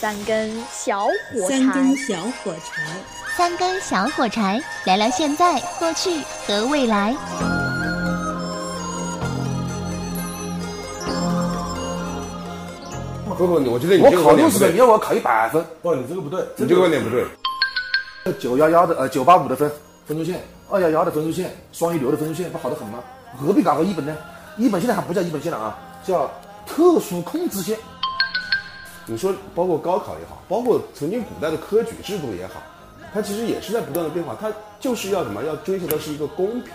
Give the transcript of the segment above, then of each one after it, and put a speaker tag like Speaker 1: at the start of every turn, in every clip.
Speaker 1: 三根小火柴，
Speaker 2: 三根小火柴，
Speaker 3: 三根小火柴，聊聊现在、过去和未来。
Speaker 4: 这个问题，我觉得你
Speaker 5: 我
Speaker 4: 这个
Speaker 5: 考
Speaker 4: 观点
Speaker 5: 六
Speaker 4: 不
Speaker 5: 十分，
Speaker 4: 对
Speaker 5: 你，要我考一百分，
Speaker 6: 不，你这个不对，
Speaker 4: 你这个观点不对。
Speaker 5: 九幺幺的呃九八五的分分数线，二幺幺的分数线，双一流的分数线，不好得很吗？何必搞个一本呢？一本现在还不叫一本线了啊，叫特殊控制线。
Speaker 4: 你说，包括高考也好，包括曾经古代的科举制度也好，它其实也是在不断的变化，它就是要什么？要追求的是一个公平。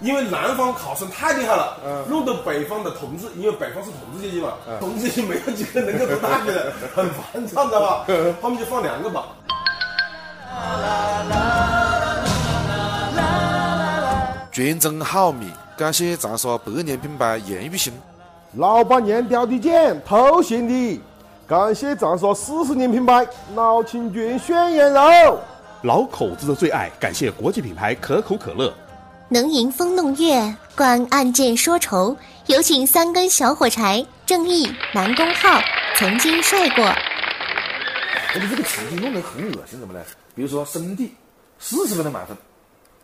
Speaker 6: 因为南方考生太厉害
Speaker 4: 嗯
Speaker 6: 了，弄得北方的同志，因为北方是统治阶级嘛，统治阶级没有几个能够读大学的，很烦躁，知道吧？
Speaker 4: 嗯
Speaker 6: 他们就放两个榜。
Speaker 7: 全城好米，感谢长沙百年品牌严玉兴。
Speaker 8: 老板娘挑的拣，头衔的，感谢长沙四十年品牌老清泉炫羊肉。
Speaker 9: 老口子的最爱，感谢国际品牌可口可乐。
Speaker 3: 能吟风弄月，观案件说愁。有请三根小火柴，正义南宫浩，曾经帅过。
Speaker 5: 而且这个词就弄得很恶心，怎么呢？比如说生地，四十分的满分，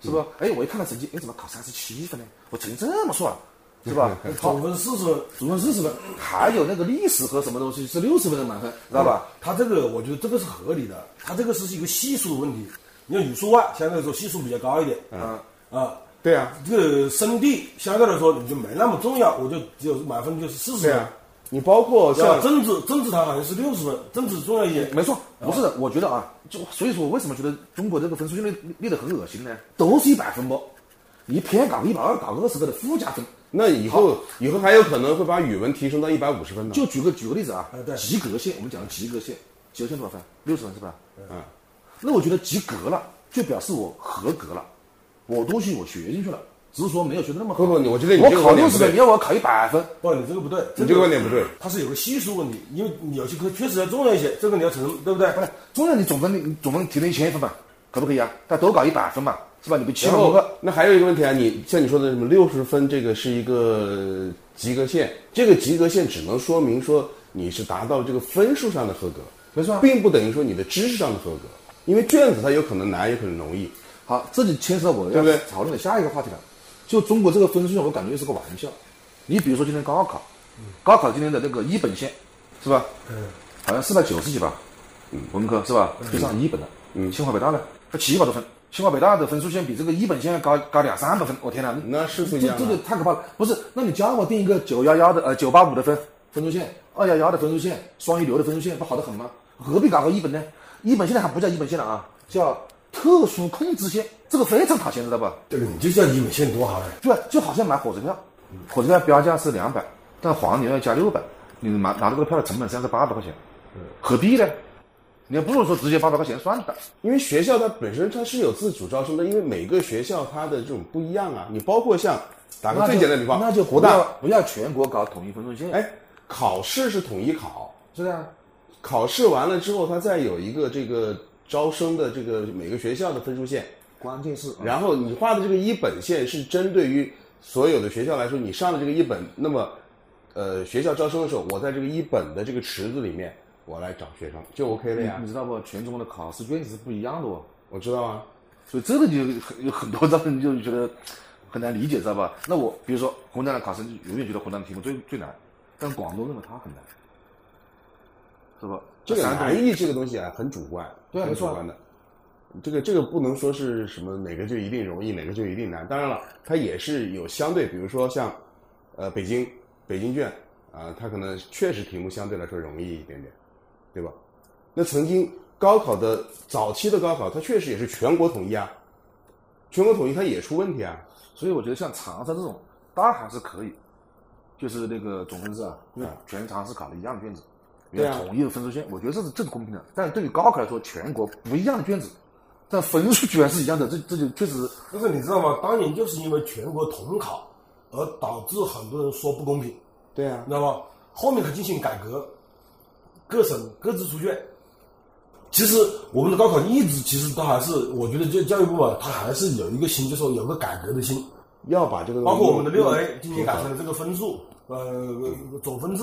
Speaker 5: 是
Speaker 6: 嗯
Speaker 5: 不？哎，我一看到成绩，哎，怎么考三十七分呢？我成绩这么硕啊，是吧？
Speaker 6: 嗯总分四十分，
Speaker 5: 总分四十分，还有那个历史和什么东西是六十分的满分，知道吧？
Speaker 6: 他这个我觉得这个是合理的，他这个是一个系数的问题。你看语数外相对来说系数比较高一点，啊啊，
Speaker 4: 对啊，
Speaker 6: 这个生地相对来说你就没那么重要，我就只有满分就是四十
Speaker 4: 对
Speaker 6: 分
Speaker 4: 啊。。你包括
Speaker 6: 是吧
Speaker 4: 像
Speaker 6: 政治政治它好像是六十分，政治重要一点。
Speaker 5: 没错，不是的，我觉得啊，就所以说我为什么觉得中国这个分数线列列得很恶心呢？都是一百分不，你偏搞一百二，搞二十个的附加分。
Speaker 4: 那以后以后还有可能会把语文提升到一百五十分呢。
Speaker 5: 就举个举个例子啊
Speaker 6: 哎对，
Speaker 5: 及格线，我们讲的及格线，及格线多少分？六十分是吧？嗯，那我觉得及格了，就表示我合格了，我东西我学进去了，只是说没有学的那么好。
Speaker 4: 不不你我觉得你这个
Speaker 5: 我考
Speaker 4: 观点
Speaker 5: 六
Speaker 4: 不
Speaker 5: 十
Speaker 4: 对
Speaker 5: 分，你要我考一百分，
Speaker 6: 不，你这个不对，
Speaker 4: 你这个观点不对
Speaker 6: 它是有个系数问题，因为你有些科确实要重要一些，这个你要承认，对不对？
Speaker 4: 哎
Speaker 5: 中间你总分你总分提了一千分吧，可不可以啊？但都搞一百分嘛，是吧？你不七
Speaker 4: 然
Speaker 5: 百多
Speaker 4: 后
Speaker 5: 个，
Speaker 4: 那还有一个问题啊，你像你说的什么六十分，这个是一个及格线，这个及格线只能说明说你是达到这个分数上的合格，
Speaker 5: 没错啊
Speaker 4: 并不等于说你的知识上的合格，因为卷子它有可能难，有可能容易。
Speaker 5: 好，这就牵涉到我
Speaker 4: 对
Speaker 5: 要
Speaker 4: 不对
Speaker 5: 讨论的下一个话题了。就中国这个分数线，我感觉是个玩笑。你比如说今天高考，高考今天的那个一本线，是吧？嗯，好像四百九十几吧，嗯，文科是吧？就上一本了，嗯，清华北大呢，它七百多分，清华北大的分数线比这个一本线要高高两三百分，我天哪，
Speaker 4: 那是不
Speaker 5: 这
Speaker 4: 一样啊
Speaker 5: 这个
Speaker 4: 的。
Speaker 5: 太可怕了。不是，那你教我定一个九幺幺的呃九八五的分分数线，二幺幺的分数线，双一流的分数线，不好得很吗？何必搞个一本呢？一本现在还不叫一本线了啊，叫特殊控制线，这个非常讨嫌，知道吧？
Speaker 6: 这个你就叫一本线多好呀！
Speaker 5: 对吧，就好像买火车票，火车票标价是两百，但黄牛要加六百，你拿拿这个票的成本现在是八百块钱，
Speaker 4: 嗯
Speaker 5: 何必呢？你还不如说直接八百块钱算了。
Speaker 4: 因为学校它本身它是有自主招生的，因为每个学校它的这种不一样啊。你包括像打个最简单的比方，
Speaker 5: 那就
Speaker 4: 国
Speaker 5: 不
Speaker 4: 大
Speaker 5: 要，不要全国搞统一分数线，
Speaker 4: 哎，考试是统一考，
Speaker 5: 是的啊。
Speaker 4: 考试完了之后，它再有一个这个招生的这个每个学校的分数线。
Speaker 5: 关键是，啊
Speaker 4: 然后你画的这个一本线是针对于所有的学校来说，你上了这个一本，那么，呃，学校招生的时候，我在这个一本的这个池子里面，我来找学生就 OK 了呀
Speaker 5: 你。知道不？全中国的考试卷子是不一样的哦。
Speaker 4: 我知道啊，
Speaker 5: 所以这个就很有很多让人就觉得很难理解，知道吧？那我比如说湖南的考生永远觉得湖南的题目最最难，但广东认为它很难，是吧？
Speaker 4: 这个
Speaker 5: 山东
Speaker 4: 难易这个东西啊，很主观，
Speaker 5: 对
Speaker 4: 很
Speaker 5: 没
Speaker 4: 主
Speaker 5: 错啊
Speaker 4: 观的。这个这个不能说是什么哪个就一定容易，哪个就一定难。当然了，它也是有相对，比如说像，呃，北京北京卷啊、它可能确实题目相对来说容易一点点，对吧？那曾经高考的早期的高考，它确实也是全国统一啊，全国统一它也出问题啊。
Speaker 5: 所以我觉得像长沙这种，大还是可以，就是那个总分制啊，因为全长是考了一样的卷子，有
Speaker 4: 嗯对啊
Speaker 5: 统一的分数线，我觉得这是这是公平的。但对于高考来说，全国不一样的卷子，但分数居然是一样的，这这就确实
Speaker 6: 但是你知道吗？当年就是因为全国统考，而导致很多人说不公平，
Speaker 4: 对啊
Speaker 6: 你知，道吗？后面它进行改革，各省各自出卷。其实我们的高考一直其实都还是，我觉得教教育部啊，它还是有一个心，就是说有个改革的心。
Speaker 4: 要把这个
Speaker 6: 包括我们的六
Speaker 4: 弄
Speaker 6: A 今年改成了这个分数，呃，总分制，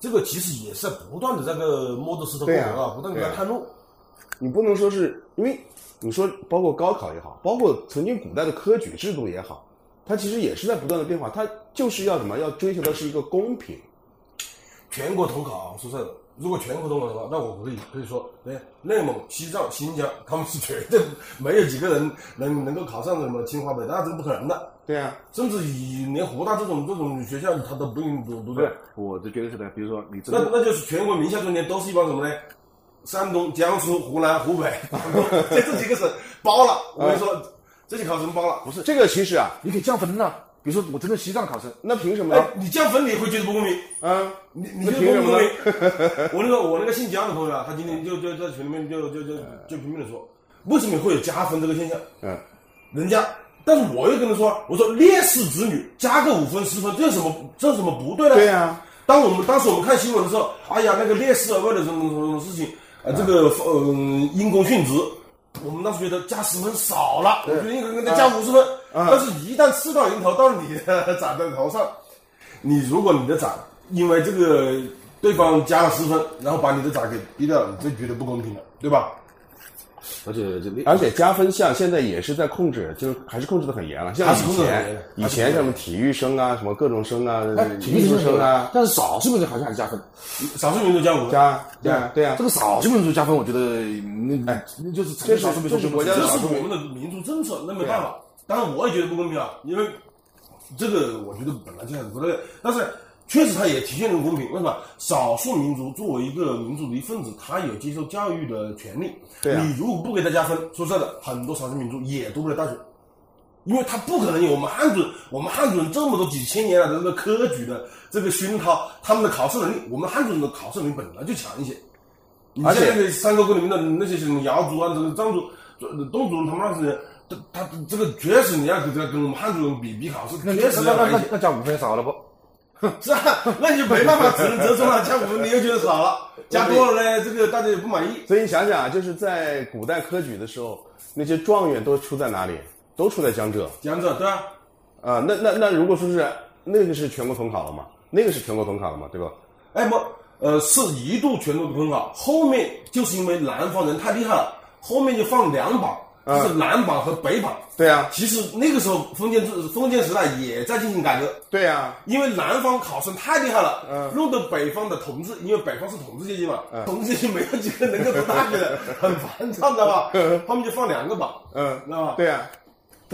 Speaker 6: 这个其实也是不断的这个摸着石头过
Speaker 4: 对
Speaker 6: 河
Speaker 4: 啊
Speaker 6: 啊，不断的
Speaker 4: 对
Speaker 6: 在
Speaker 4: 啊
Speaker 6: 探路。
Speaker 4: 你不能说是因为你说包括高考也好，包括曾经古代的科举制度也好，它其实也是在不断的变化，它就是要什么？要追求的是一个公平。
Speaker 6: 全国统考啊，说真的，如果全国统考的话，那我可以可以说，哎，内蒙、西藏、新疆，他们是绝对没有几个人能能够考上什么清华北大，这个不可能的。
Speaker 4: 对啊，
Speaker 6: 甚至以连湖大这种这种学校，他都不用读，对不对？
Speaker 5: 我就觉得是的，比如说你这
Speaker 6: 那
Speaker 5: 个，
Speaker 6: 那就是全国名校中间都是一帮什么呢？山东、江苏、湖南、湖 北， 这这几个省包了。我跟你说，这些考生包了。
Speaker 4: 哎不是这个其实啊，
Speaker 5: 你可以降分呐。比如说我真的西藏考生，
Speaker 4: 那凭什么？
Speaker 6: 哎，你降分你会觉得不公平，
Speaker 4: 啊，
Speaker 6: 你你
Speaker 4: 那
Speaker 6: 就
Speaker 4: 凭什
Speaker 6: 不
Speaker 4: 么
Speaker 6: 公
Speaker 4: 呢
Speaker 6: 平。 我那个我那个姓江的朋友啊，他今天就就在群里面就就就就拼命的说，为什么会有加分这个现象？
Speaker 4: 嗯，
Speaker 6: 人家，但是我又跟他说，我说烈士子女加个五分十分，这有什么这有什么不对呢？
Speaker 4: 对啊，
Speaker 6: 当我们当时我们看新闻的时候，哎呀，那个烈士啊，为了什么什么什么事情，呃，这个嗯、因公殉职，我们当时觉得加十分少了，我觉得应该跟他
Speaker 4: 啊
Speaker 6: 加五十分，但是一旦刺到蝇头到你的 长的头上，你如果你的长因为这个对方加了十分，然后把你的长给逼掉了，你就觉得不公平了，对吧？
Speaker 5: 而且这
Speaker 4: 而且加分项现在也是在控制，就是还是控制的很严了。像
Speaker 6: 还是
Speaker 4: 以
Speaker 6: 控制得很
Speaker 4: 前，以
Speaker 6: 严
Speaker 4: 前什么体育生啊，什么各种生啊，
Speaker 5: 体育
Speaker 4: 艺术生啊，
Speaker 5: 但是少数民族好像还加分。
Speaker 6: 少数民族加五分，
Speaker 4: 加对啊对啊
Speaker 5: 这，个少数民族加分，我觉得那哎，那就是
Speaker 4: 这是
Speaker 5: 少数民族
Speaker 4: 这是国家
Speaker 6: 这
Speaker 4: 的
Speaker 6: 是我们的民族政策，那没
Speaker 4: 啊
Speaker 6: 办法。当然，我也觉得不公平啊，因为这个我觉得本来就很不对，但是确实它也体现了公平。为什么？少数民族作为一个民族的一份子，他有接受教育的权利。
Speaker 4: 对啊
Speaker 6: 你如果不给他加分，说实在的，很多少数民族也读不了大学。因为他不可能有我们汉族人，我们汉族人这么多几千年来的这个科举的这个熏陶，他们的考试能力，我们汉族人的考试能力本来就强一些。你
Speaker 4: 而
Speaker 6: 像
Speaker 4: 且
Speaker 6: 那个山沟沟里面的那些什么瑶族啊，这个藏族、侗族人，他们那些人，他他这个确实你要跟这个跟我们汉族人比比考试，
Speaker 5: 那
Speaker 6: 确实
Speaker 5: 那
Speaker 6: 要
Speaker 5: 那
Speaker 6: 难一
Speaker 5: 那
Speaker 6: 些，
Speaker 5: 那加五分少了不？
Speaker 6: 是啊，那你就没办法，只能折中了。加五分你又觉得少了，加多了呢，这个大家也不满意。
Speaker 4: 所以你想想啊，就是在古代科举的时候，那些状元都出在哪里？都出在江浙
Speaker 6: 江浙对啊，
Speaker 4: 啊。那那那如果说是那个是全国统考了嘛，那个是全国统考了嘛，对吧？
Speaker 6: 哎不，呃，是一度全国很好，后面就是因为南方人太厉害了，后面就放两榜，就是南榜和北榜。
Speaker 4: 对啊，
Speaker 6: 其实那个时候封建制封建时代也在进行改革，
Speaker 4: 对啊，
Speaker 6: 因为南方考生太厉害了，弄得北方的统治，因为北方是统治阶级嘛，统治阶级没有几个能够读大学的，很烦躁，知道吧？他们就放两个榜，
Speaker 4: 嗯
Speaker 6: 知道吧？
Speaker 4: 对啊。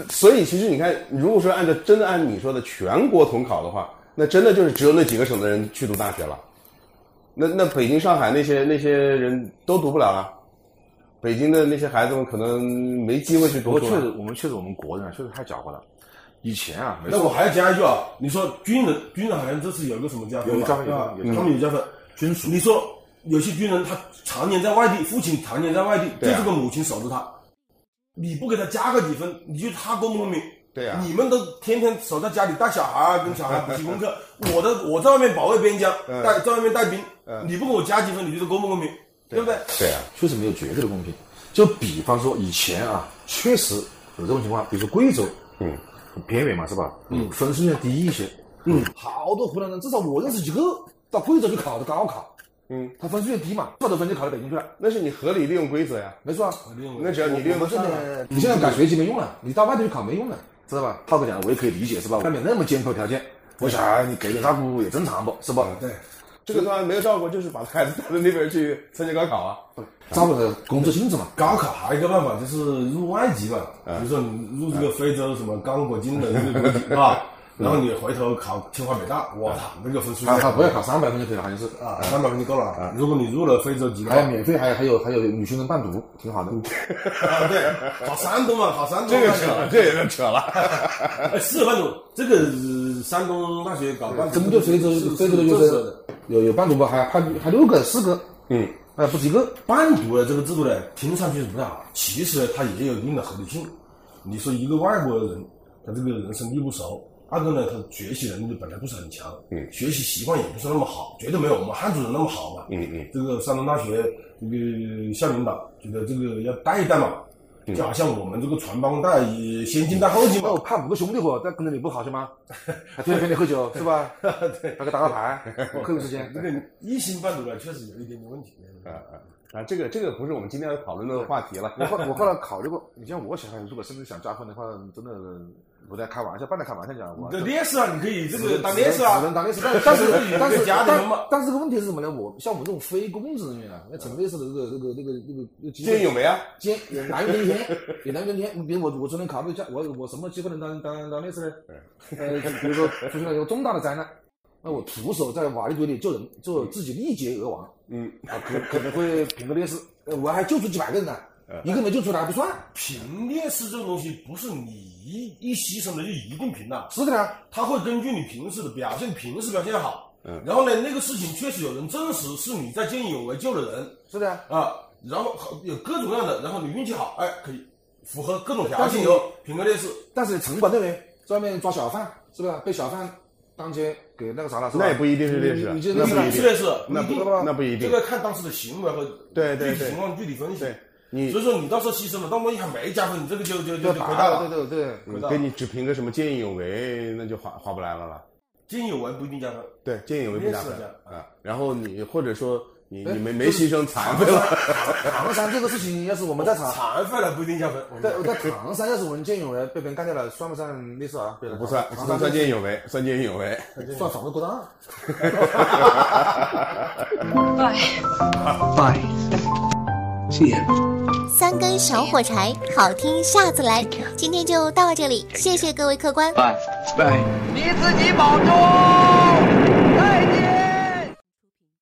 Speaker 4: 所以其实你看，如果说按照真的按你说的全国统考的话，那真的就是只有那几个省的人去读大学了。那那北京、上海那些那些人都读不了了。北京的那些孩子们可能没机会去读
Speaker 5: 不过
Speaker 4: 书
Speaker 5: 确
Speaker 4: 了
Speaker 5: 实，我们确实我们国人啊确实太狡猾了。以前啊，没
Speaker 6: 那
Speaker 5: 错
Speaker 6: 我还要加一句啊，你说军人，军人好像这次有一个什么加分
Speaker 5: 有
Speaker 6: 吧？
Speaker 5: 加分
Speaker 6: 对吧
Speaker 5: 有加分
Speaker 6: 他们有加分。
Speaker 5: 军属
Speaker 6: 你说有些军人他常年在外地，父亲常年在外地，
Speaker 4: 对啊
Speaker 6: 就这个母亲守着他，你不给他加个几分，你就他公不公平？
Speaker 4: 对啊
Speaker 6: 你们都天天守在家里带小孩儿，跟小孩补习功课，我的我在外面保卫边疆，带在外面带兵，你不给我加几分，你觉得公不公平？对不对？
Speaker 4: 对啊，
Speaker 5: 确实没有绝对的公平。就比方说以前啊，确实有这种情况，比如说贵州，
Speaker 4: 嗯，
Speaker 5: 偏远嘛是吧？嗯，分数要低一些。嗯，好多湖南人，至少我认识几个到贵州去考的高考，
Speaker 4: 嗯，
Speaker 5: 他分数越低嘛，不得分就考到北京去了，
Speaker 4: 那是你合理利用规则呀。
Speaker 5: 没错啊。
Speaker 4: 那只要你利用得上啊，
Speaker 5: 你现在改学籍没用了，你到外地去考没用了，知道吧？浩哥讲的我也可以理解，是吧？外面那么艰苦的条件，我小孩你给点照顾也正常不，是吧？对，
Speaker 4: 这个当然没有照顾，就是把孩子带到那边去参加高考啊。
Speaker 5: 照顾的工作性质嘛。
Speaker 6: 高考还有一个办法就是入外籍嘛，
Speaker 5: 啊
Speaker 6: 比如说你入这个非洲什么刚果金的那个国 籍是吧？然后你回头考清华北大，我操，那个分数
Speaker 5: 啊，他不要考三百分就可以了，好像是啊。
Speaker 6: 啊，三百分就够了啊。如果你入了非洲籍的
Speaker 5: 还有
Speaker 6: 话，
Speaker 5: 免费，还有还有还有女学生伴读，挺好的。
Speaker 6: 啊对，考山东嘛，考山东
Speaker 4: 这个
Speaker 6: 大学
Speaker 4: 扯，了，这也扯了。
Speaker 6: 啊哎四十万种，这个呃山东大学搞办
Speaker 5: 针对非洲非洲的
Speaker 6: 就
Speaker 5: 优
Speaker 6: 是
Speaker 5: 生，有有伴读吧？还还还六个四个，
Speaker 4: 嗯，
Speaker 5: 哎，不止一个。
Speaker 6: 伴读的这个制度呢，听上去是不太好，其实呢它也有一定的合理性。你说一个外国人，他这个人生地不熟，二个呢，他学习能力本来不是很强，
Speaker 4: 嗯
Speaker 6: 学习习惯也不是那么好，绝对没有我们汉族人那么好嘛。
Speaker 4: 嗯嗯，
Speaker 6: 这个山东大学这个校领导觉得这个要带一带嘛，
Speaker 5: 嗯
Speaker 6: 就好像我们这个传帮带以先进带后进嘛
Speaker 5: 那我。判五个兄弟伙，在跟着你不好些吗？还天天陪你喝酒是 吧？对，还给打打牌，扣个时间
Speaker 6: 这。个一星半读了，确实有一点点问题。
Speaker 5: 嗯
Speaker 4: 啊，这个这个不是我们今天要讨论的话题了。
Speaker 5: 我后我后来考虑过，你像我小孩如果真的想加分的话，真的不在开玩笑，半在开玩笑讲，我
Speaker 6: 这烈士啊，你可以这
Speaker 5: 只
Speaker 6: 个
Speaker 5: 能
Speaker 6: 当烈士啊
Speaker 5: 只，能当烈士。但但是但是
Speaker 6: 家庭嘛
Speaker 5: 但但是这个问题是什么呢？我像我们这种非公职人员啊，那请烈士的这个这个这个这个这个机
Speaker 4: 见义
Speaker 5: 会
Speaker 4: 勇为啊，
Speaker 5: 兼也难于登天，也难于登天。你比如我，我昨天考虑一下，我我什么机会能当当当烈士呢？
Speaker 6: 嗯
Speaker 5: 呃，比如说出现了一个重大的灾难，那我徒手在瓦砾堆里救人，就自己力竭而亡，
Speaker 4: 嗯，
Speaker 5: 啊，可可能会评个烈士。呃我还救出几百个人呢，
Speaker 6: 嗯
Speaker 5: 一个没救出来还不算，
Speaker 6: 评烈士这个东西不是你一一牺牲了就一定评的，
Speaker 5: 是的呀。
Speaker 6: 他会根据你平时的表现，平时表现好，
Speaker 4: 嗯
Speaker 6: 然后呢，那个事情确实有人证实是你在见义勇为救了人
Speaker 5: 是的呀。
Speaker 6: 啊，然后好有各种各样的，然后你运气好，哎，可以符合各种条
Speaker 5: 但是
Speaker 6: 件
Speaker 5: 你
Speaker 6: 以后评个烈士，
Speaker 5: 但是城管队员在外面抓小贩，是不是被小贩当街给那个啥了？是吧？
Speaker 4: 那也不一定是烈士啊
Speaker 5: 你你就
Speaker 4: 那
Speaker 5: 是
Speaker 4: 不一
Speaker 6: 是
Speaker 4: 定
Speaker 6: 烈士，
Speaker 4: 那
Speaker 6: 不一
Speaker 4: 不
Speaker 6: 定
Speaker 4: 那不一定
Speaker 6: 这。个看当时的行为和
Speaker 4: 对对
Speaker 6: 具体
Speaker 4: 对
Speaker 6: 情况具体分析。
Speaker 4: 对你
Speaker 6: 所以说你到时候牺牲了，但万一还没加分，你这个就就就
Speaker 5: 对
Speaker 6: 就
Speaker 5: 吧
Speaker 6: 亏大了。
Speaker 5: 对对对。
Speaker 4: 嗯给你只凭个什么见义勇为，那就划划不来了吧？
Speaker 6: 见义勇为不一定加分，
Speaker 4: 对，见义勇为不加
Speaker 6: 烈士
Speaker 4: 分
Speaker 6: 的
Speaker 4: 啊。然后你或者说你
Speaker 5: 哎
Speaker 4: 你没
Speaker 5: 就
Speaker 4: 没牺牲残废了，
Speaker 5: 唐山这个事情，要是我们在场。
Speaker 6: 残废了不一定加分。
Speaker 4: 嗯
Speaker 6: 我
Speaker 5: 在
Speaker 6: 跟你讲
Speaker 5: 在唐山，要是我们见义勇为被别人干掉了，算不算烈士啊？对
Speaker 4: 不算
Speaker 5: 唐
Speaker 4: 不
Speaker 5: 山
Speaker 4: 算见义勇为，算见义勇 为。
Speaker 5: 算反胃过 当。
Speaker 3: 三根小火柴，好听下次来。今天就到这里，谢谢各位客官。
Speaker 2: 你自己保重。